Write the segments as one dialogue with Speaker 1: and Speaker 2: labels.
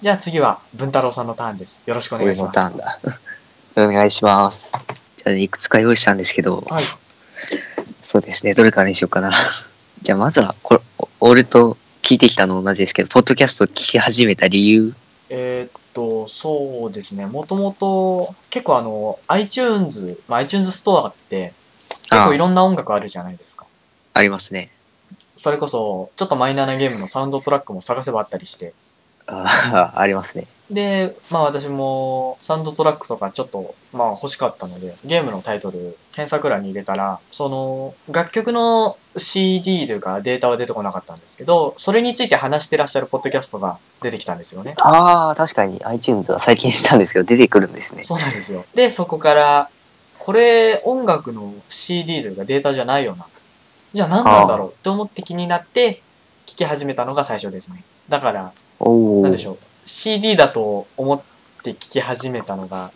Speaker 1: じゃあ次は文太郎さんのターンです。よろしくお願い
Speaker 2: 俺
Speaker 1: し
Speaker 2: の
Speaker 1: ます。
Speaker 2: ターンだ。お願いします。じゃあね、いくつか用意したんですけど、
Speaker 1: はい。
Speaker 2: そうですね、どれからにしようかな。 じゃあまずは、これ、お俺と聞いてきたの同じですけど、ポッドキャストを聞き始めた理由。
Speaker 1: えーっと、そうですね。もともと、結構あの、iTunes、まあ、iTunes ストアって、結
Speaker 2: あ
Speaker 1: 構いろんな音楽あるじゃないですか。
Speaker 2: ありますね。
Speaker 1: それこそ、ちょっとマイナーなゲームのサウンドトラックも探せばあったりして。
Speaker 2: あ あ、ありますね。
Speaker 1: で、まあ私もサウンドトラックとかちょっと、まあ欲しかったので、ゲームのタイトル検索欄に入れたら、その楽曲の CD というかデータは出てこなかったんですけど、それについて話してらっしゃるポッドキャストが出てきたんですよね。
Speaker 2: ああ、確かに iTunes は最近したんですけど、出てくるんですね。
Speaker 1: そうなんですよ。で、そこから、これ音楽の CD というかデータじゃないよな。じゃあ何なんだろうって思って気になって、聞き始めたのが最初ですね。だから、
Speaker 2: おお。
Speaker 1: なんでしょう CD だと思って聞き始めたのが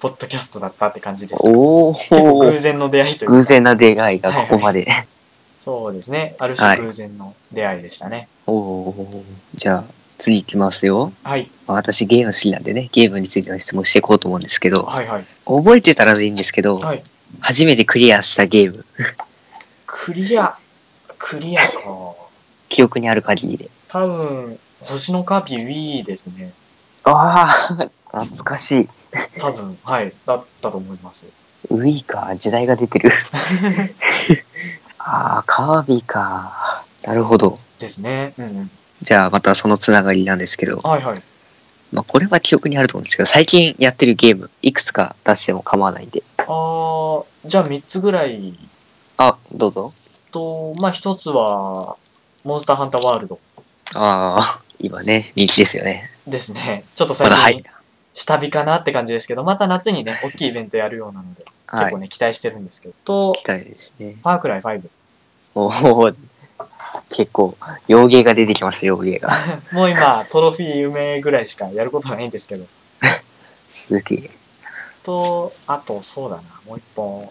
Speaker 1: ポッドキャストだったって感じです結
Speaker 2: おお。
Speaker 1: 構偶然の出会いというか
Speaker 2: 偶然な出会いがここまで。
Speaker 1: そうですねある
Speaker 2: は
Speaker 1: 種
Speaker 2: い
Speaker 1: 偶然の出会いでしたね
Speaker 2: おお。じゃあ、次行きますよ。
Speaker 1: はい、
Speaker 2: まあ私ゲーム好きなんでね、ゲームについての質問していこうと思うんですけど、
Speaker 1: はいはい
Speaker 2: 覚えてたらいいんですけど、
Speaker 1: はい
Speaker 2: 初めてクリアしたゲーム、
Speaker 1: クリアクリアか
Speaker 2: 記憶にある限りで。
Speaker 1: 多分星のカピ Wii ですね
Speaker 2: ああ、懐かしい。
Speaker 1: 多分はいだったと思います
Speaker 2: ウィーか、時代が出て る。ああ、カービィか。なるほど。
Speaker 1: ですねうんうん
Speaker 2: じゃあまたそのつながりなんですけど、
Speaker 1: はいはい
Speaker 2: まあこれは記憶にあると思うんですけど、最近やってるゲーム、いくつか出しても構わないんで。
Speaker 1: あーじゃあ3つぐらい
Speaker 2: あ、どうぞ。
Speaker 1: とまあ1つはモンスターハンターワールド
Speaker 2: ああ、今ね、人気ですよね。
Speaker 1: ですねちょっと
Speaker 2: ま
Speaker 1: 最
Speaker 2: だ、は
Speaker 1: 近
Speaker 2: い。
Speaker 1: 下火かなって感じですけど、また夏にね、大きいイベントやるようなので、
Speaker 2: は
Speaker 1: 結
Speaker 2: い
Speaker 1: 構。ね、期待してるんですけど、と
Speaker 2: 期、待ですね。
Speaker 1: パークライ5。
Speaker 2: おお、結構、洋芸が出てきました、洋芸 が。
Speaker 1: もう今、トロフィー埋めぐらいしかやることないんですけど、
Speaker 2: すげえ。
Speaker 1: と、あと、そうだな、もう一本。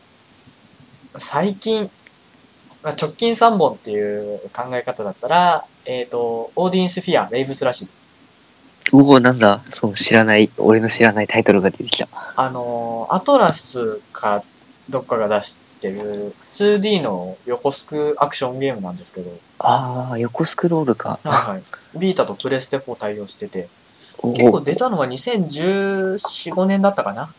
Speaker 1: 最近、まあ直近3本っていう考え方だったら、えっ、と、オーディエンスフィア、レイブスラッシュ。
Speaker 2: うお、なんだ、そう、知らない、俺の知らないタイトルが出てきた。
Speaker 1: あのーアトラスか、どっかが出してる 2D の横スクアクションゲームなんですけど、
Speaker 2: ああ、横スクロールか。
Speaker 1: はいはい。ビータとプレステ4対応してて、
Speaker 2: お
Speaker 1: 結構
Speaker 2: お、
Speaker 1: 出たのは2014、5年だったかな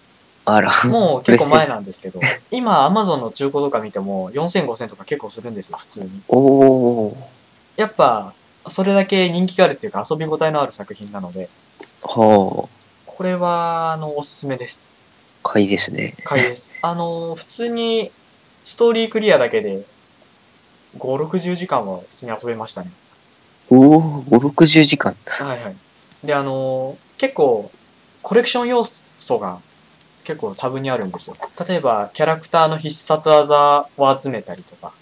Speaker 2: あら、
Speaker 1: もう結構前なんですけど、今 Amazon の中古とか見ても4000、5000とか結構するんですよ、普通に。
Speaker 2: おお、
Speaker 1: やっぱ、それだけ人気があるっていうか遊び応えのある作品なので、
Speaker 2: ほう、
Speaker 1: これは、あの、おすすめです。
Speaker 2: 買いですね。
Speaker 1: 買いです。あの、普通にストーリークリアだけで5、60時間は普通に遊べましたね。
Speaker 2: おお、5、60時間。
Speaker 1: はいはい。で、あのー結構、コレクション要素が結構多分にあるんですよ。例えば、キャラクターの必殺技を集めたりとか、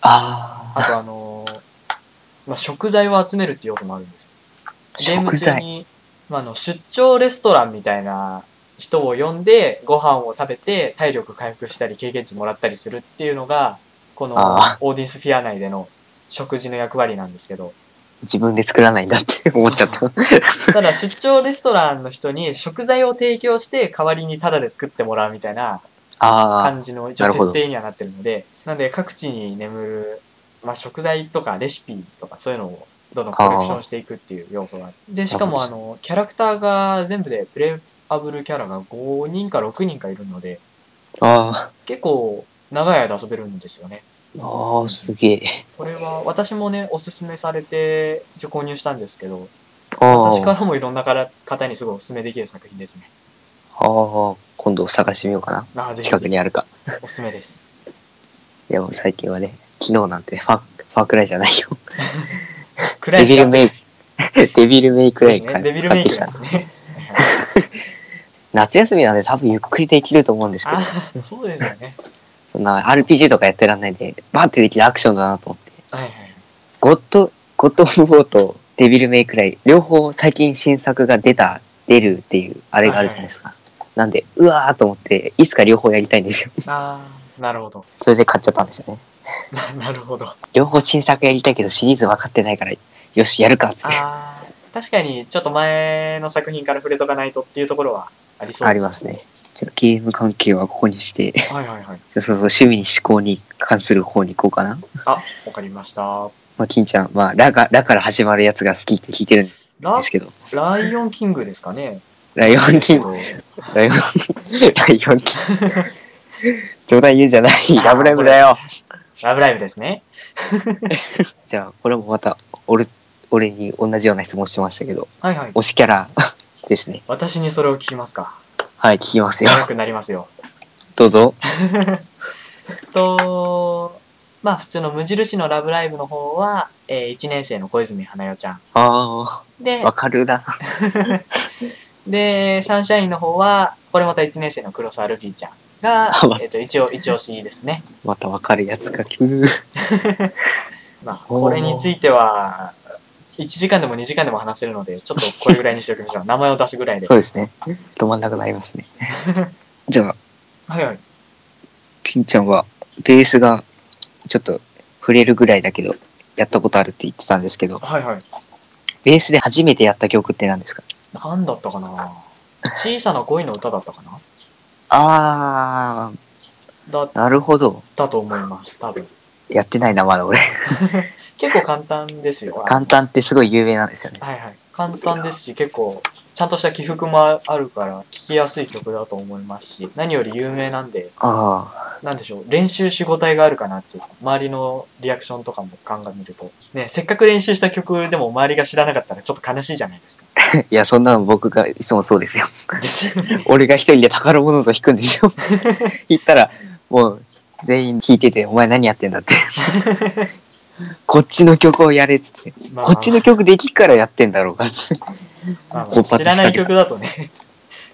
Speaker 2: あ
Speaker 1: あとあのーまあ、食材を集めるっていう要素もあるんですよ。
Speaker 2: あ、
Speaker 1: ゲーム
Speaker 2: 食
Speaker 1: 中
Speaker 2: 材。
Speaker 1: に、まあ、あの出張レストランみたいな人を呼んで、ご飯を食べて、体力回復したり、経験値もらったりするっていうのが、この
Speaker 2: あ
Speaker 1: オーディンスフィア内での食事の役割なんですけど、
Speaker 2: 自分で作らないんだって 思っち ゃった。
Speaker 1: ただ出張レストランの人に食材を提供して代わりにタダで作ってもらうみたいな
Speaker 2: ああ、
Speaker 1: 感じの一
Speaker 2: な
Speaker 1: 応
Speaker 2: るほど
Speaker 1: 設定にはなってるのでなんで各地に眠る、まあ、食材とかレシピとかそういうのをどんどんコレクションしていくっていう要素があるでしかも
Speaker 2: な
Speaker 1: あ
Speaker 2: る
Speaker 1: のキャラクターが全部でプレイアブルキャラが5人か6人かいるので
Speaker 2: あ
Speaker 1: 結構長い間遊べるんですよね
Speaker 2: あ、ああ、すげえ。
Speaker 1: これは私もねおすすめされて一応購入したんですけど
Speaker 2: あ
Speaker 1: 私か
Speaker 2: あ、
Speaker 1: らもいろんなから方にすごいおすすめできる作品ですね
Speaker 2: ああ、今度探してみようかな。
Speaker 1: あーぜひぜ
Speaker 2: 近
Speaker 1: ひ
Speaker 2: くにあるか。
Speaker 1: おすすめです。
Speaker 2: いや、もう最近はね、昨日なんてファ、ファークライじゃないよ。
Speaker 1: 暗
Speaker 2: デ
Speaker 1: い
Speaker 2: ビ
Speaker 1: 時
Speaker 2: ル
Speaker 1: 間
Speaker 2: メイ ク、デビルメイクラ
Speaker 1: で
Speaker 2: イ
Speaker 1: す
Speaker 2: か
Speaker 1: ね。デビルメイクなん
Speaker 2: 買
Speaker 1: で
Speaker 2: ってき
Speaker 1: すね。
Speaker 2: た夏休みなんで多分ゆっくりできると思うんですけ ど
Speaker 1: あ、そうですよね。
Speaker 2: そんな RPG とかやってらんないんで、バーってできるアクションだなと思って。
Speaker 1: はいはい。
Speaker 2: ゴッド、ゴッドオブウォーとデビルメイクライ、両方最近新作が出た、出るっていう、あれがあるじゃないですか。なんで、うわーと思って、いつか両方やりたいんですよ。
Speaker 1: ああ、なるほど。
Speaker 2: それで買っちゃったんですよね。
Speaker 1: ななるほど。あ
Speaker 2: 両方新作やりたいけどシリーズ分かってないから、よし、やるかっつって。
Speaker 1: あ、確かにちょっと前の作品から触れとかないとっていうところはありそうです
Speaker 2: ありますね。ちょっとゲーム関係はここにして、
Speaker 1: はいはいはい。
Speaker 2: そうそう、趣味に思考に関する方に行こうかな。
Speaker 1: あ、わかりました。
Speaker 2: まあ、金ちゃん、まあ、ラが、ラから始まるやつが好きって聞いてるんで
Speaker 1: ラ
Speaker 2: すけど、
Speaker 1: ライオンキングですかね。
Speaker 2: ライオンキング、
Speaker 1: グ。
Speaker 2: ライオン、ライオンキング。冗談言うんじゃ ない。ラブライブだよ。
Speaker 1: ラブライブですね。
Speaker 2: じゃあ、これもまた、俺、俺に同じような質問してましたけど、
Speaker 1: はいはい。
Speaker 2: 推しキャラ ですね。
Speaker 1: 私にそれを聞きますか。
Speaker 2: はい、聞きますよ。
Speaker 1: 長くなりますよ。
Speaker 2: どうぞ。
Speaker 1: と、まあ普通の無印のラブライブの方は、え1年生の小泉花代ちゃん。
Speaker 2: あ
Speaker 1: で
Speaker 2: あ、わ、かるな。
Speaker 1: で、サンシャインの方は、これまた1年生の黒沢ルビーちゃんが
Speaker 2: あわ、
Speaker 1: えっと、一応、一押しですね。
Speaker 2: またわかるやつが来る。
Speaker 1: まあ、
Speaker 2: おー
Speaker 1: これについては、1時間でも2時間でも話せるので、ちょっとこれぐらいにしておきましょう。名前を出すぐらいで。
Speaker 2: そうですね。止まんなくなりますね。 じゃあ、
Speaker 1: はいはい。
Speaker 2: 金ちゃんは、ベースが、ちょっと、触れるぐらいだけど、やったことあるって言ってたんですけど、
Speaker 1: はいはい。
Speaker 2: ベースで初めてやった曲って何ですか
Speaker 1: なんだったかな小さな恋の歌だったかな
Speaker 2: あ
Speaker 1: だっ
Speaker 2: ー、なるほど。
Speaker 1: たと思います、多分。
Speaker 2: やってないな、ま だ俺。
Speaker 1: 結構簡単ですよ。
Speaker 2: 簡単ってすごい有名なんですよね。
Speaker 1: はいはい。簡単ですし、結構、ちゃんとした起伏もあるから、聴きやすい曲だと思いますし、何より有名なんで、
Speaker 2: あ
Speaker 1: なんでしょう、練習しごたえがあるかなっていうか、周りのリアクションとかも鑑みると、ね、せっかく練習した曲でも周りが知らなかったらちょっと悲しいじゃない ですか。
Speaker 2: ー。いや、そんなの僕がいつもそうですよ。
Speaker 1: ですよね。
Speaker 2: 俺が一人で宝物像弾くんです よ。弾ったら、もう、全員弾いてて、お前何やってんだ って。こっちの曲をやれっつって。
Speaker 1: まあ
Speaker 2: こっちの曲できっからやってんだろうがっつって。
Speaker 1: まあまあ
Speaker 2: 勃発
Speaker 1: 知ら
Speaker 2: し
Speaker 1: な
Speaker 2: か
Speaker 1: い
Speaker 2: けた
Speaker 1: 曲だとね、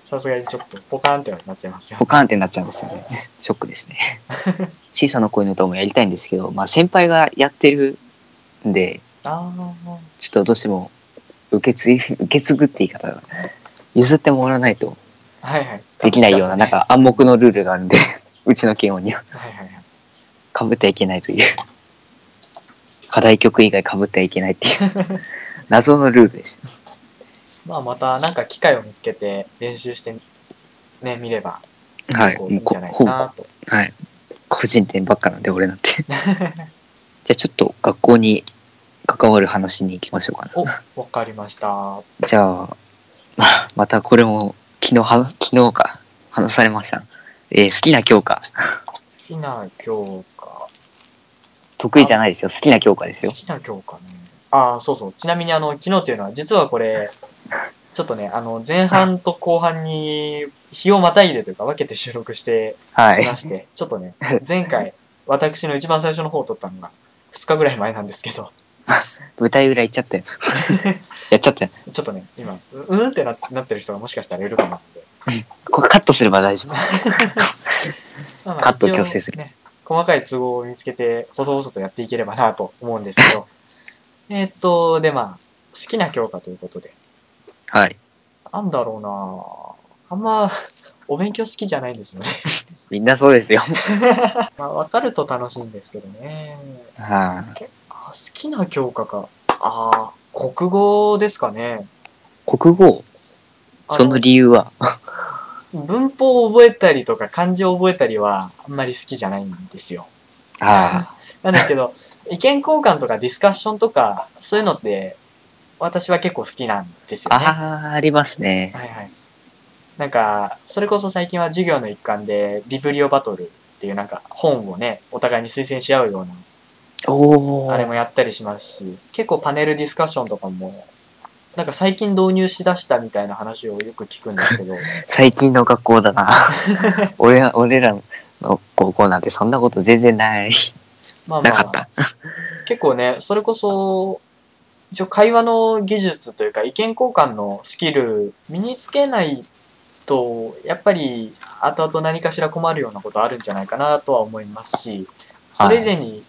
Speaker 1: さすがにちょっとポカーンってはなっちゃいますよ
Speaker 2: ポ。カーンってなっちゃうんですよね。ショックですね。 小さな恋の歌もやりたいんですけど、まあ先輩がやってるんで、
Speaker 1: ああ、
Speaker 2: ちょっとどうしても受け継い、受け継ぐって言い方が、譲ってもらわないと
Speaker 1: はいはい。
Speaker 2: できないような、なん
Speaker 1: か
Speaker 2: か暗黙のルールがあるんで、 うちの慶応には
Speaker 1: はいはいはい。
Speaker 2: 被ってはいけないという。課題曲以外被ってはいけないっていう、 謎のルールです。
Speaker 1: まあまたなんか機会を見つけて練習してね、見れば
Speaker 2: は
Speaker 1: 結
Speaker 2: い。
Speaker 1: 構
Speaker 2: も
Speaker 1: いいん
Speaker 2: うこ
Speaker 1: じゃないか
Speaker 2: ほぼ、
Speaker 1: な
Speaker 2: は
Speaker 1: と。
Speaker 2: い。個人店ばっかなんで、俺なんて。 じゃあちょっと学校に関わる話に行きましょうかな。
Speaker 1: お、わかりました。
Speaker 2: じゃあ、まあまたこれも昨日は、昨日か、話されました。えー好きな教科。
Speaker 1: 好きな教科。
Speaker 2: 得意じゃないですよ。好きな教科ですよ
Speaker 1: 好。きな教科ね。ああ、そうそう。ちなみにあの、昨日っていうのは、実はこれ、ちょっとね、あの、前半と後半に日をまたいでというか分けて収録して
Speaker 2: はいい
Speaker 1: ま。して、ちょっとね、前回、私の一番最初の方を撮ったのが、2日ぐらい前なんですけど、
Speaker 2: 舞台裏行っちゃったよ。 やっちゃったよ。
Speaker 1: ちょっとね、今、ううーんってななってる人がもしかしたらいるかもなんで。
Speaker 2: これカットすれば大丈夫。
Speaker 1: まあまあ
Speaker 2: カットを
Speaker 1: 一応
Speaker 2: 強制する
Speaker 1: ね、細かい都合を見つけて、細々とやっていければなと思うんですけど、えーっと、でまあ、好きな教科ということで、
Speaker 2: はい。
Speaker 1: なんだろうなあんま、 お勉強好きじゃないんですよね。
Speaker 2: みんなそうですよ。
Speaker 1: まあ、わかると楽しいんですけどね。あ
Speaker 2: は
Speaker 1: 好きな教科か。ああ、国語ですかね。
Speaker 2: い。国語、
Speaker 1: あ
Speaker 2: その理由は、
Speaker 1: 文法を覚えたりとか漢字を覚えたりは、あんまり好きじゃないんですよ。
Speaker 2: あ
Speaker 1: なんですけど、意見交換とかディスカッションとか、そういうのって、私は結構好きなんです
Speaker 2: あ、
Speaker 1: よね。
Speaker 2: ああ、ありますね。
Speaker 1: はいはい。なんか、それこそ最近は授業の一環で、ビブリオバトルっていうなんか本をね、お互いに推薦し合うような、
Speaker 2: おお。
Speaker 1: あれもやったりしますし、結構パネルディスカッションとかも、なんか最近導入しだしたみたいな話をよく聞くんです けど、
Speaker 2: 最近の学校だ な。俺ら、俺らの高校なんてそんなこと全然ない。
Speaker 1: まあま
Speaker 2: なかっ
Speaker 1: あ、
Speaker 2: た。
Speaker 1: 結構ね、それこそ、一応会話の技術というか意見交換のスキル身につけないと、やっぱり後々何かしら困るようなことあるんじゃないかなとは思いますし、それ以前に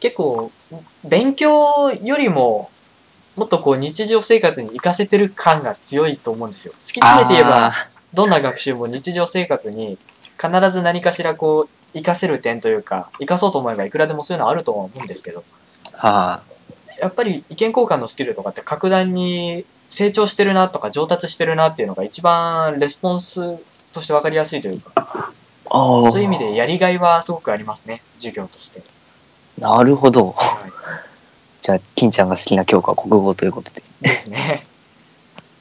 Speaker 1: 結構勉強よりももっとこう日常生活に活かせてる感が強いと思うんですよ。突き詰めて言えば
Speaker 2: あ、
Speaker 1: どんな学習も日常生活に必ず何かしらこう活かせる点というか、活かそうと思えばいくらでもそういうのはあるとは思うんですけど、
Speaker 2: ーはあ。
Speaker 1: やっぱり意見交換のスキルとかって格段に成長してるなとか上達してるなっていうのが一番レスポンスとして分かりやすいというか、
Speaker 2: ああ。
Speaker 1: そういう意味でやりがいはすごくありますね、授業として。
Speaker 2: なるほど。
Speaker 1: はい、
Speaker 2: じゃあ、金ちゃんが好きな教科は国語ということで。
Speaker 1: ですね。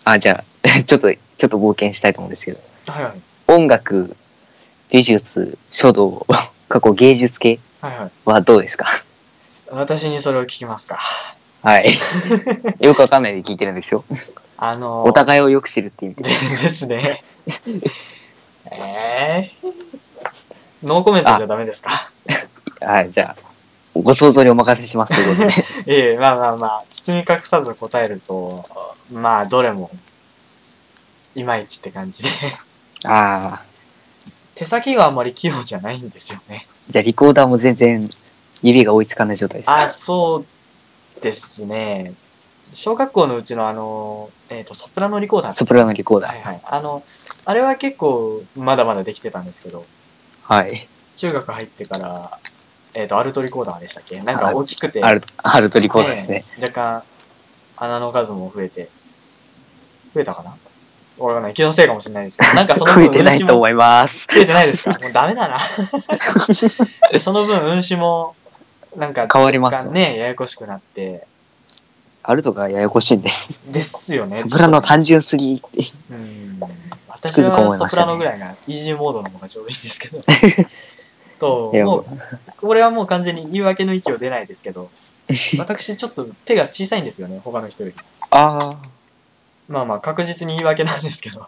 Speaker 2: あ、じゃあ、 ちょっと、ちょっと冒険したいと思うんですけど。
Speaker 1: はいはい。
Speaker 2: 音楽、美術、書道、 過去芸術系
Speaker 1: はいはい。
Speaker 2: はどうですか
Speaker 1: 私にそれを聞きますか。
Speaker 2: はい。 よくわかんないで聞いてるんですよ。
Speaker 1: あの
Speaker 2: お互いをよく知るって意味で。
Speaker 1: でですね。えー、ノーコメントじゃダメですか
Speaker 2: はい、じゃあ、ご想像にお任せしますとい うことで。
Speaker 1: いえいえ、まあまあまあ、包み隠さず答えると、まあ、どれも、いまいちって感じで。
Speaker 2: ああ。
Speaker 1: 手先があんまり器用じゃないんですよ ね。
Speaker 2: じゃあ、リコーダーも全然指が追いつかない状態ですか
Speaker 1: あ、そうですね。小学校のうちのあの、えっ、と、ソプラノリコーダー。
Speaker 2: ソプラノリコーダ
Speaker 1: は
Speaker 2: ー。
Speaker 1: いはい。あの、あれは結構、まだまだできてたんですけど、
Speaker 2: はい。
Speaker 1: 中学入ってから、えっ、と、アルトリコーダーでしたっけなんか大きくて、
Speaker 2: アルト、アルトリコーダーですね。
Speaker 1: ええ若干、穴の数も増えて、増えたかなわかんない。気のせいかもしれない ですけど、なんかその
Speaker 2: 増
Speaker 1: 分、
Speaker 2: えてないと思
Speaker 1: い
Speaker 2: います。
Speaker 1: 増えてないですかもうダメだな。 その分、運指も、なんか、
Speaker 2: 変わります
Speaker 1: 若
Speaker 2: よ
Speaker 1: 干ね、ややこしくなって、
Speaker 2: アルトがややこしいんで。 ソ
Speaker 1: ですよね。
Speaker 2: プラノ単純すぎ。
Speaker 1: うん。
Speaker 2: つ
Speaker 1: 私
Speaker 2: くづく思
Speaker 1: はいソプ
Speaker 2: ましたね
Speaker 1: ラノぐらいが、イージーモードの方がちょうどいいんですけ ど。と、
Speaker 2: いや
Speaker 1: もう、これはもう完全に言い訳の域を出ないですけ ど、私ちょっと手が小さいんですよね、他の人より。
Speaker 2: あ
Speaker 1: まあまあ確実に言い訳なんですけ ど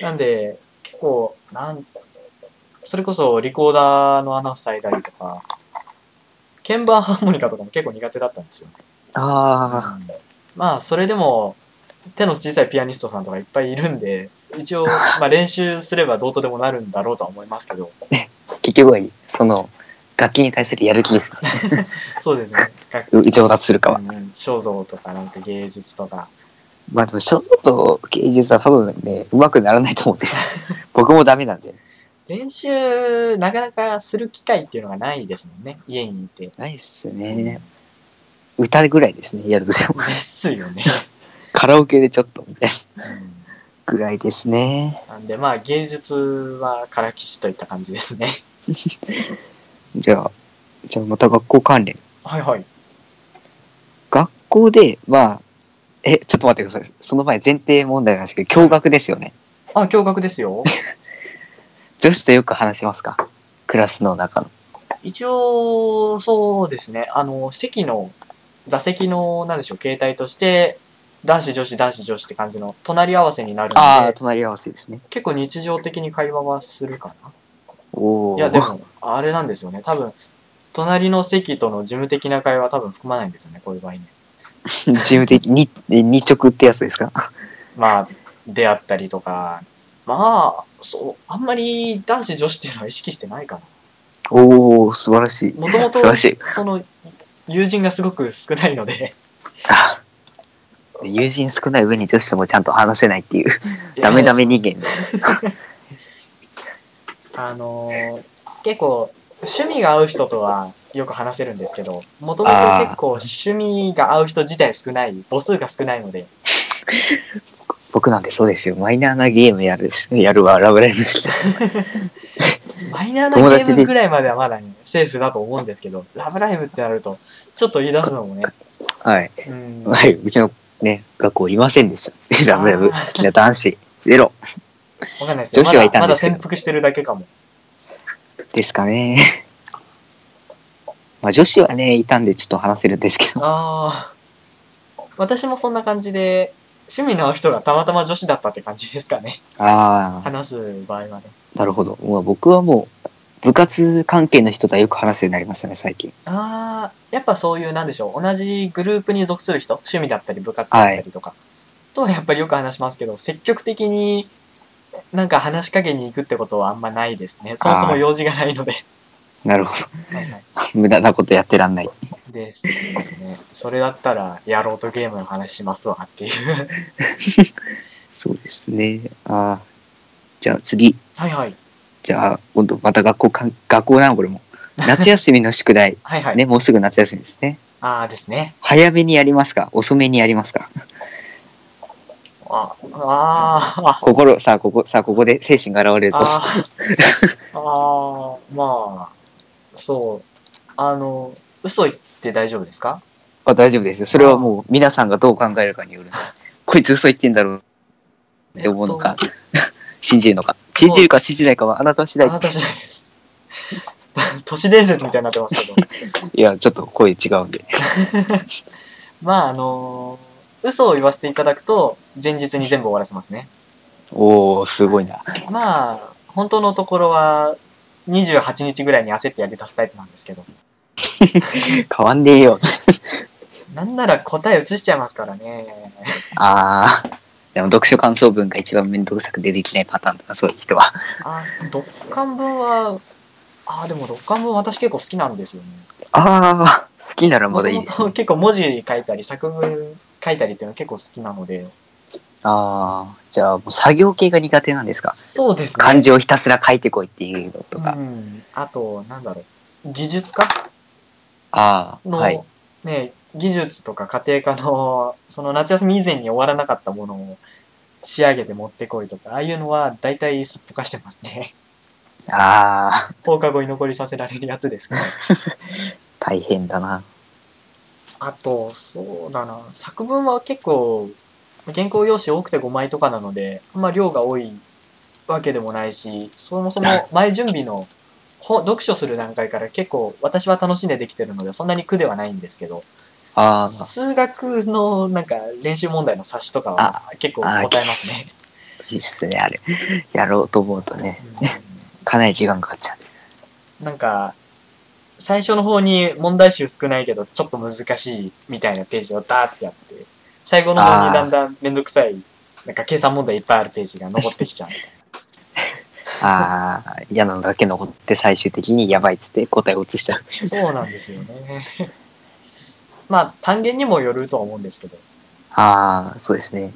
Speaker 1: なんで結構なんそれこそリコーダーの穴塞いだりとか鍵盤ハーモニカとかも結構苦手だったんですよ、
Speaker 2: あ。ああ。
Speaker 1: まあそれでも手の小さいピアニストさんとかいっぱいいるんで一応、ま あ、練習すればどうとでもなるんだろうとは思いますけど
Speaker 2: 結局は、その、楽器に対するやる気ですか
Speaker 1: そうです ね楽器
Speaker 2: 上達するかは。
Speaker 1: うん書道とかなんか芸術とか
Speaker 2: まあでも、書道と芸術は多分ね、うまくならないと思うん です。僕もダメなんで。
Speaker 1: 練習なかなかする機会っていうのがないですもんね家にいて。
Speaker 2: ないっすね。歌ぐらいですね、やるとしても。
Speaker 1: ですよね。
Speaker 2: カラオケでちょっと、みたいなぐらいですね。
Speaker 1: なんでまあ芸術はからきしといった感じですね。
Speaker 2: じゃあ、じゃあまた学校関連。
Speaker 1: はいはい。
Speaker 2: 学校で、まあ、え、ちょっと待ってください。その前、前提問題なんですけど、共学ですよね。
Speaker 1: あ、驚愕ですよ。
Speaker 2: 女子とよく話しますかクラスの中の。
Speaker 1: 一応、そうですね。あの、席の、座席の、なんでしょう、携帯として、男子女子男子女子って感じの隣り合わせになる
Speaker 2: あ
Speaker 1: ん
Speaker 2: あ、
Speaker 1: で、
Speaker 2: 隣り合わせですね。
Speaker 1: 結構日常的に会話はするかな。
Speaker 2: おお。
Speaker 1: いや、でも、あれなんですよね。多分、隣の席との事務的な会話は多分含まないんですよね、こういう場合ね。
Speaker 2: 事務的に、日直ってやつですか
Speaker 1: まあ、出会ったりとか、まあ、そう、あんまり男子女子っていうのは意識してないかな。
Speaker 2: おお、素晴らしい。
Speaker 1: もとも と
Speaker 2: 素晴らしい、
Speaker 1: その、友人がすごく少ないので、
Speaker 2: あ 友人少ない上に女子ともちゃんと話せないっていう、ダメダメ人間。
Speaker 1: あのー結構、趣味が合う人とはよく話せるんですけど、もともと結構趣味が合う人自体少ない、母数が少ないので、
Speaker 2: 僕なんてそうですよ。マイナーなゲームやるし、やるわ、ラブライブ好きだ。
Speaker 1: マイナー
Speaker 2: 友
Speaker 1: なゲ
Speaker 2: 達
Speaker 1: ー
Speaker 2: で
Speaker 1: ムぐらいまではまだね、セーフだと思うんですけど、ラブライブってなると、ちょっと言い出すのもね、
Speaker 2: はい。
Speaker 1: うん、
Speaker 2: はい。うちのね、学校いませんでした。 ラブライブ好きな男子、ゼロ
Speaker 1: わかんないですよ。
Speaker 2: 女子はいた
Speaker 1: ま
Speaker 2: ん
Speaker 1: だまだ
Speaker 2: ですけど
Speaker 1: 潜伏してるだけかも。
Speaker 2: ですかね。まあ女子はね、いたんでちょっと話せるんですけど。
Speaker 1: ああ。私もそんな感じで、趣味の合う人がたまたま女子だったって感じですかね。
Speaker 2: ああ、
Speaker 1: 話す場合はね。
Speaker 2: なるほど。まあ僕はもう、部活関係の人とはよく話すようになりましたね、最近。
Speaker 1: ああ、やっぱそういう、なんでしょう、同じグループに属する人、趣味だったり部活だったりとか、とはやっぱりよく話しますけど、積極的になんか話しかけに行くってことはあんまないですね。そもそも用事がないので。
Speaker 2: なるほ
Speaker 1: はいはい
Speaker 2: ど。 無駄なことやってらんない。
Speaker 1: ですね。それだったら、やろうとゲームの話しますわっていう。
Speaker 2: そうですね。ああ。じゃあ次。
Speaker 1: はいはい。
Speaker 2: じゃあ、 今度また学校かん、学校なのこれも。夏休みの宿題。
Speaker 1: はいはい。
Speaker 2: ね、もうすぐ夏休みですね。
Speaker 1: ああですね。
Speaker 2: 早めにやりますか遅めにやりますか
Speaker 1: あ、あ
Speaker 2: 心、さあ、ここ、さあ、ここで精神が現れる
Speaker 1: ー、あー、
Speaker 2: ぞ。
Speaker 1: あー、あー、まあ、そう。あの、嘘言って大丈夫ですか
Speaker 2: あ大丈夫ですよ。それはもう皆さんがどう考えるかによるんで。こいつ嘘言ってんだろうって思うのか、 信じるのか。信じるか信じないかはあなた次
Speaker 1: えっ
Speaker 2: 第
Speaker 1: と。あなた次第です。都市伝説みたいになってますけど。
Speaker 2: いや、ちょっと声違うんで。
Speaker 1: まあ、あの嘘を言わせていただくと、前日に全部終わらせますね。
Speaker 2: おー、すごいな。
Speaker 1: まあ、本当のところは、28日ぐらいに焦ってやり出すタイプなんですけど。
Speaker 2: 変わんねえよ。
Speaker 1: なんなら答え移しちゃいますからね。
Speaker 2: あー。でも読書感想文が一番面倒くさくてできないパターンとかそういう人は。
Speaker 1: あ、読漢文は、あ、でも読漢文私結構好きなんですよね。
Speaker 2: あー、好きならま
Speaker 1: も
Speaker 2: だ
Speaker 1: と
Speaker 2: いい
Speaker 1: も
Speaker 2: です。
Speaker 1: と結構文字書いたり作文書いたりっていうの結構好きなので。
Speaker 2: あー、じゃあもう作業系が苦手なんですか
Speaker 1: そうですね。
Speaker 2: 漢字をひたすら書いてこいっていうのとか。
Speaker 1: うん。あと、なんだろう。技術家
Speaker 2: あー、
Speaker 1: の、
Speaker 2: はい。
Speaker 1: ね、技術とか家庭科の、 その夏休み以前に終わらなかったものを仕上げて持ってこいとか、ああいうのは大体すっぽかしてますね。
Speaker 2: あー、
Speaker 1: 放課後に残りさせられるやつですから。
Speaker 2: 大変だな。
Speaker 1: あと、そうだな。作文は結構、原稿用紙多くて5枚とかなので、あんま量が多いわけでもないし、そもそも前準備の本読書する段階から結構私は楽しんでできてるので、そんなに苦ではないんですけど、
Speaker 2: あー、
Speaker 1: 数学のなんか練習問題の冊子とかは結構答えますね。
Speaker 2: いいっすね、あ れ。やろうと思うとね、かなり時間かかっちゃうんです。
Speaker 1: うんなんか、最初の方に問題集少ないけどちょっと難しいみたいなページをダーってやって、最後の方にだんだんめんどくさい、なんか計算問題いっぱいあるページが残ってきちゃうみたい
Speaker 2: ああ、嫌なのだけ残って最終的にやばいっつって答えを移しちゃう。
Speaker 1: な。そうなんですよね。まあ、単元にもよるとは思うんですけど。
Speaker 2: ああ、そうですね。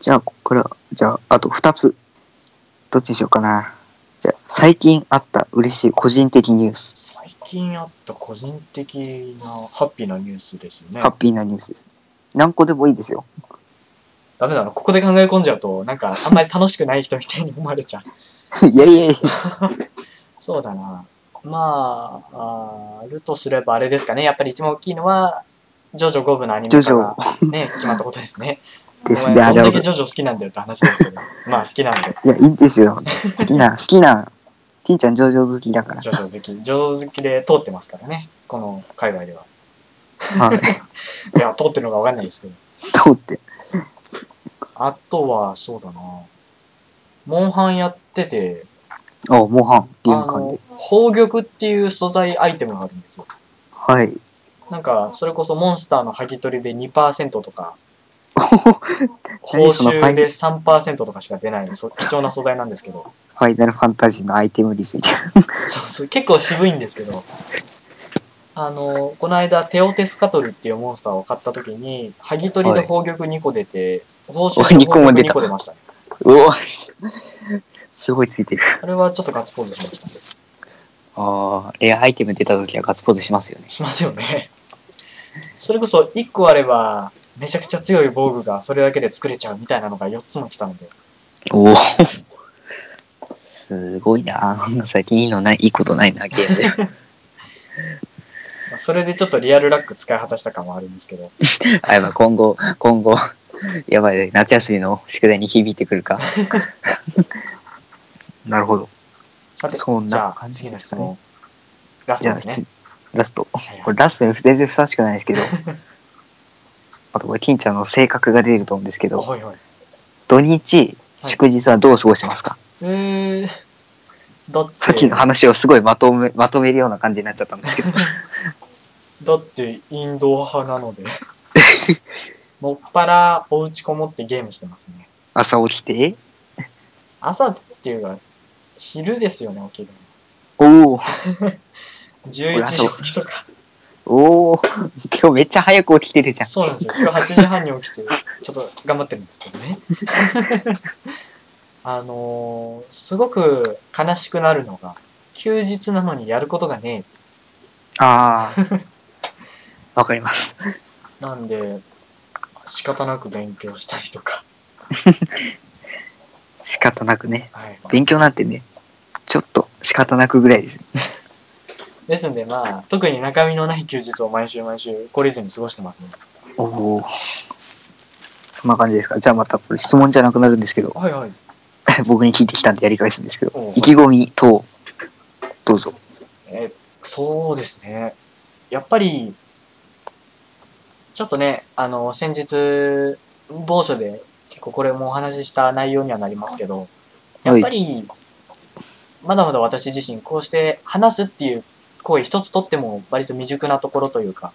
Speaker 2: じゃあ、ここから、じゃあ、あと2つ。どっちにしようかな。じゃあ、最近あった嬉しい個人的ニュース。
Speaker 1: 最近あった個人的なハッピーなニュースですよね
Speaker 2: ハ。ッピーなニュースです。何個でもいいですよ。
Speaker 1: ダメだな。ここで考え込んじゃうと、なんかあんまり楽しくない人みたいに思われちゃう。
Speaker 2: いやいやいや。
Speaker 1: そうだな。まあ、あーあるとすればあれですかね。やっぱり一番大きいのは、ジョジョ5部のアニメ
Speaker 2: ジ
Speaker 1: 化
Speaker 2: ョ
Speaker 1: が、ね、決まったことですね。
Speaker 2: です
Speaker 1: お
Speaker 2: ね、
Speaker 1: 前
Speaker 2: あ
Speaker 1: ど
Speaker 2: れ
Speaker 1: ん
Speaker 2: は。
Speaker 1: だけ
Speaker 2: い
Speaker 1: ジョジョ好きなんだよって話ですけど。 まあ好きなん で、
Speaker 2: や、いいんですよ。好 きな、好きな、ティンちゃん上々好きだから
Speaker 1: ジ。ョジョ好き。ジョジョ好きで通ってますからね。この海外では。
Speaker 2: はい。
Speaker 1: いや、通ってるのかわかんないですけど。
Speaker 2: 通って。
Speaker 1: あとは、そうだな。モンハンやってて、
Speaker 2: あ、モンハン、
Speaker 1: あ
Speaker 2: ゲーム関
Speaker 1: の、宝玉っていう素材アイテムがあるんですよ。
Speaker 2: はい。
Speaker 1: なんか、それこそモンスターの剥ぎ取りで2%とか、
Speaker 2: フ
Speaker 1: 報酬で3%とかしか出ないそ貴重な素材なんですけ ど
Speaker 2: ァイナルファンタジーのアイテムリスみたいな。
Speaker 1: そうそう結構渋いんですけどあのこの間テオテスカトルっていうモンスターを買った時に剥ぎ取りで宝玉2個出て、報酬で
Speaker 2: お2個
Speaker 1: 宝
Speaker 2: も
Speaker 1: 玉
Speaker 2: 出た
Speaker 1: 2個出ましたね
Speaker 2: お すごいついてる。
Speaker 1: あれはちょっとガッツポーズしましたね
Speaker 2: ああ、レアアイテム出た時はガッツポーズしますよね。
Speaker 1: しますよねそれこそ1個あればめちゃくちゃ強い防具がそれだけで作れちゃうみたいなのが4つも来たので
Speaker 2: おお。すごいな。最近いいのない、いいことないな、ゲームで。
Speaker 1: まあそれでちょっとリアルラック使い果たした感はあるんですけど
Speaker 2: あ、やばい、今後、今後、やばい、夏休みの宿題に響いてくるか。なるほど。
Speaker 1: さて
Speaker 2: そん
Speaker 1: じゃ
Speaker 2: な
Speaker 1: あ
Speaker 2: 感じ
Speaker 1: 次の
Speaker 2: で
Speaker 1: 質
Speaker 2: すね
Speaker 1: 問ラス
Speaker 2: じ
Speaker 1: ト
Speaker 2: ゃ
Speaker 1: で
Speaker 2: あ、
Speaker 1: すね
Speaker 2: 次ラスト。
Speaker 1: はいはい
Speaker 2: これラストに全然ふさわしくないですけど。 あと、これ、金ちゃんの性格が出ると思うんですけど。
Speaker 1: はいはい。
Speaker 2: 土日、
Speaker 1: はい
Speaker 2: 祝日はどう過ごしてますか、
Speaker 1: えー、だって、
Speaker 2: さっきの話をすごいまとめ、まとめるような感じになっちゃったん ですけど。
Speaker 1: だってインドア派なので、 もっぱらお家こもってゲームしてますね。
Speaker 2: 朝起きて、
Speaker 1: 朝っていうか、昼ですよね、起きる
Speaker 2: おお
Speaker 1: の。11時起きとか。
Speaker 2: おお今日めっちゃ早く起きてるじゃん。
Speaker 1: そうなんですよ。今日8時半に起きて、ちょっと頑張ってるんですけどね。 あのー、すごく悲しくなるのが、休日なのにやることがねえ。
Speaker 2: ああ。わかります。
Speaker 1: なんで、仕方なく勉強したりとか。
Speaker 2: 仕方なくね。
Speaker 1: はい。まあ
Speaker 2: 勉強なんてね、ちょっと仕方なくぐらいです。
Speaker 1: ですんでまあ、特に中身のない休日を毎週毎週、懲りずに過ごしてますね。
Speaker 2: おお。そんな感じですか。じゃあまたこれ質問じゃなくなるんですけど、
Speaker 1: はいはい。
Speaker 2: 僕に聞いてきたんでやり返すんですけど
Speaker 1: おう、
Speaker 2: 意気込み等、どうぞ。
Speaker 1: えーそうですね。やっぱり、ちょっとね、あの、先日、某所で結構これもお話しした内容にはなりますけど、やっぱり、まだまだ私自身、こうして話すっていう行為一つとっても割と未熟なところというか、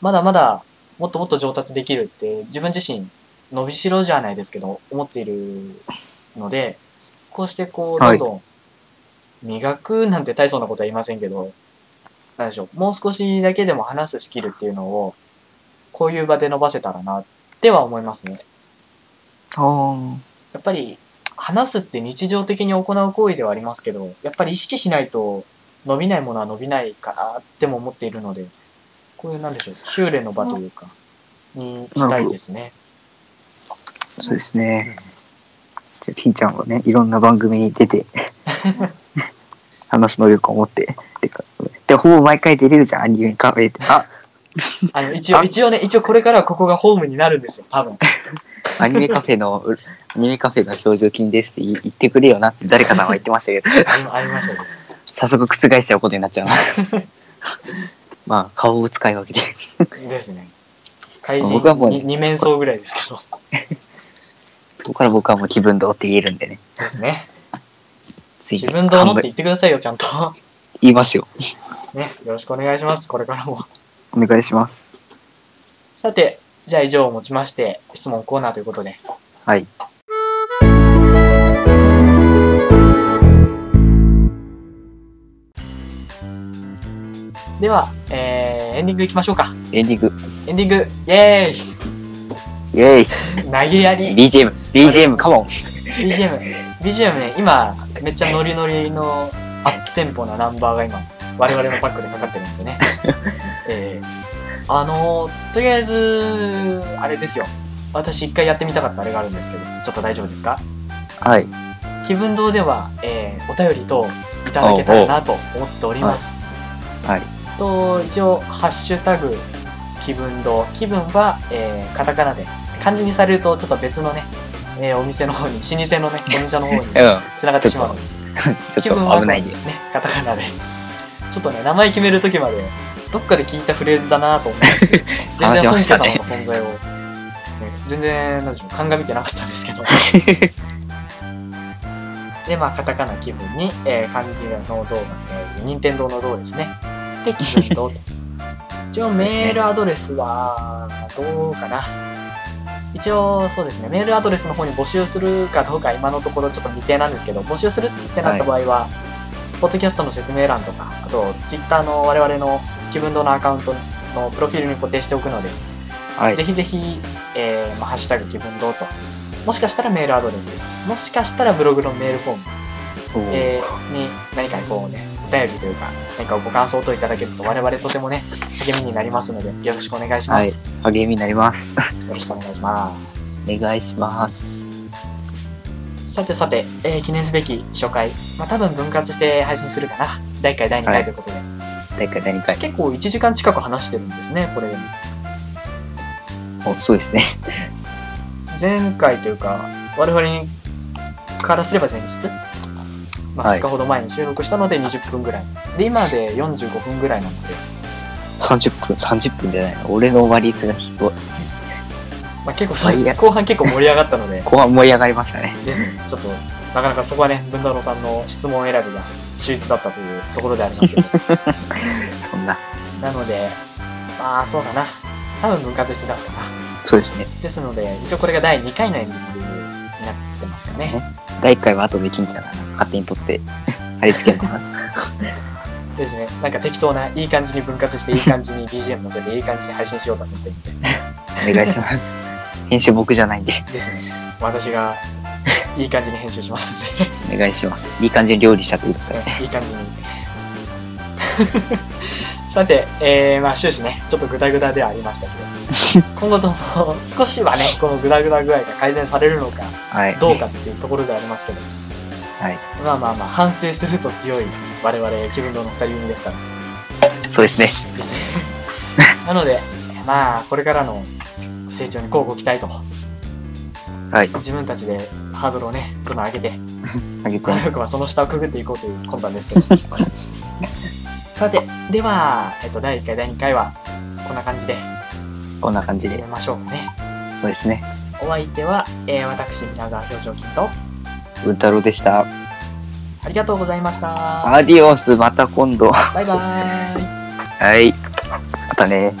Speaker 1: まだまだもっともっと上達できるって自分自身伸びしろじゃないですけど、思っているので、こうしてこう、ど
Speaker 2: は
Speaker 1: ん
Speaker 2: い
Speaker 1: どん磨くなんて大層なことは言いませんけど、なんでしょう、もう少しだけでも話すスキルっていうのを、こういう場で伸ばせたらなっては思いますね。
Speaker 2: ああ。
Speaker 1: やっぱり話すって日常的に行う行為ではありますけど、やっぱり意識しないと伸びないものは伸びないかなっても思っているので、こういうなんでしょう、修練の場というか、にしたいですね。
Speaker 2: そうですね。じゃあ、金ちゃんはね、いろんな番組に 出て、話す能力を持って、てか、で、ほぼ毎回出れるじゃん、アニメカフェって。あ、
Speaker 1: あの、一応、
Speaker 2: あ
Speaker 1: 一応ね、一応これからはここがホームになるんですよ、多分。
Speaker 2: アニメカフェの、うアニメカフェの表情筋ですって言言ってくれよなって誰かさんは言ってましたけ
Speaker 1: あり
Speaker 2: ど、
Speaker 1: ありましたけど。
Speaker 2: 早速覆しちゃうことになっちゃうな。まあ、顔を使い分けて。
Speaker 1: ですね。怪人
Speaker 2: 僕はもう
Speaker 1: に二面相ぐらいですけど。
Speaker 2: ここから僕はもう気分どうって言えるんでね。
Speaker 1: ですね。
Speaker 2: つい
Speaker 1: 自分どうのって
Speaker 2: 考え
Speaker 1: 言ってくださいよ、ちゃんと。
Speaker 2: 言いますよ。
Speaker 1: ね、よろしくお願いします、これからも。
Speaker 2: お願いします。
Speaker 1: さて、じゃあ以上をもちまして、質問コーナーということで。
Speaker 2: はい。
Speaker 1: では、えー、エンディングいきましょうか。
Speaker 2: エンディング。
Speaker 1: エンディング、イェー
Speaker 2: イェイ
Speaker 1: イ投げやり
Speaker 2: !BGM。BGM、カモン
Speaker 1: BGM。BGM ね、今、めっちゃノリノリのアップテンポなナンバーが今、我々のパックでかかってるんで ね。えー、あのー、とりあえず、あれですよ。私一回やってみたかったあれがあるんですけど、ちょっと大丈夫ですか
Speaker 2: はい。
Speaker 1: 気分堂では、えーお便りといただけたらなと思っております。
Speaker 2: はい。
Speaker 1: と一応「ハッシュタグ気分堂」気分は、えーカタカナで漢字にされるとちょっと別のね、えーお店の方に老舗のねお店の方に
Speaker 2: うん。ちょ
Speaker 1: 繋がってしまうので
Speaker 2: っと危ないね
Speaker 1: ね。カタカナで ちょっとね名前決める時までどっかで聞いたフレーズだなと思って 全然本家様の存在を、ね、全然なんでしょう鑑みてなかったんです けどでまあカタカナ気分に、えー漢字の動画、えー、任天堂の動ですねで気分堂と 一応メールアドレスはどうかな一応そうですねメールアドレスの方に募集するかどうか今のところちょっと未定なんですけど募集するってなった場合は、ポッドキャストの説明欄とかあとツイッターの我々の気分堂のアカウントのプロフィールに固定しておくので、
Speaker 2: はい
Speaker 1: ぜ。ひぜひ、えーまあハッシュタグ気分堂ともしかしたらメールアドレスもしかしたらブログのメールフォーム
Speaker 2: おー
Speaker 1: えーに何かこうねお便りというか何かご感想等いただけると我々とてもね励みになりますのでよろしくお願いします、
Speaker 2: 励みになります。
Speaker 1: よろしくお願いします
Speaker 2: お願いします。
Speaker 1: さてさて、えー記念すべき初回まあ多分分割して配信するかな第1回第2
Speaker 2: は
Speaker 1: 回
Speaker 2: い
Speaker 1: ということで、
Speaker 2: 第1回、第2回。
Speaker 1: 結構1時間近く話してるんですねこれでも
Speaker 2: おそうですね。
Speaker 1: 前回というか我々からすれば前日、まあ、
Speaker 2: はい
Speaker 1: 2日ほど前に収録したので20分ぐらいで今で45分ぐらいなので、
Speaker 2: 30分、30分じゃないの。俺の終わり率がひどい
Speaker 1: まあ、結構そう
Speaker 2: い や
Speaker 1: 後半結構盛り上がったので
Speaker 2: 後半盛り上がりましたね。
Speaker 1: ですね、ちょっと、なかなかそこはね、文太郎さんの質問選びが秀逸だったというところであります けど、
Speaker 2: そんな。
Speaker 1: なので、まあ、そうだな、多分分割して出すかな。
Speaker 2: そうですね。
Speaker 1: ですので、一応これが第2回のエンディングになってますかね。
Speaker 2: 第1回は後で金ちゃんが勝手に 撮って、貼り付けるのかな。
Speaker 1: ですね、なんか適当ないい感じに分割して、いい感じに BGM 乗せて、いい感じに配信しようと思ってみて、
Speaker 2: お願いします。編集僕じゃないんで、
Speaker 1: ですね、私 がいい感じに編集しますんで、
Speaker 2: お願いします。いい感じに料理しちゃってください。
Speaker 1: いい感じに。 さて、えー、まあ終始ね、ちょっとグダグダではありましたけ ど、今後とも少しはね、このグダグダ具合が改善されるのか、
Speaker 2: はい。
Speaker 1: どうかっていうところではありますけど、
Speaker 2: はい。
Speaker 1: まあまあまあ、反省すると強い我々、気分堂の二人組ですから。
Speaker 2: そうですね。
Speaker 1: なので、まあ、これからの成長に乞うご期待と、
Speaker 2: はい。
Speaker 1: 自分たちでハードルをね、どんどん上げて、
Speaker 2: あげてね。
Speaker 1: 早くはその下をくぐっていこうという魂胆ですけど。 さて、では、えっと、第1回、第2回は、こんな感じで
Speaker 2: こんな感じ
Speaker 1: 進
Speaker 2: で
Speaker 1: め。ましょうかね。
Speaker 2: そうですね。
Speaker 1: お相手は、えー私、皆沢表彰金と、
Speaker 2: 文太郎でした。
Speaker 1: ありがとうございました。
Speaker 2: アディオス、また今度。
Speaker 1: バイバーイ。
Speaker 2: はい。またね。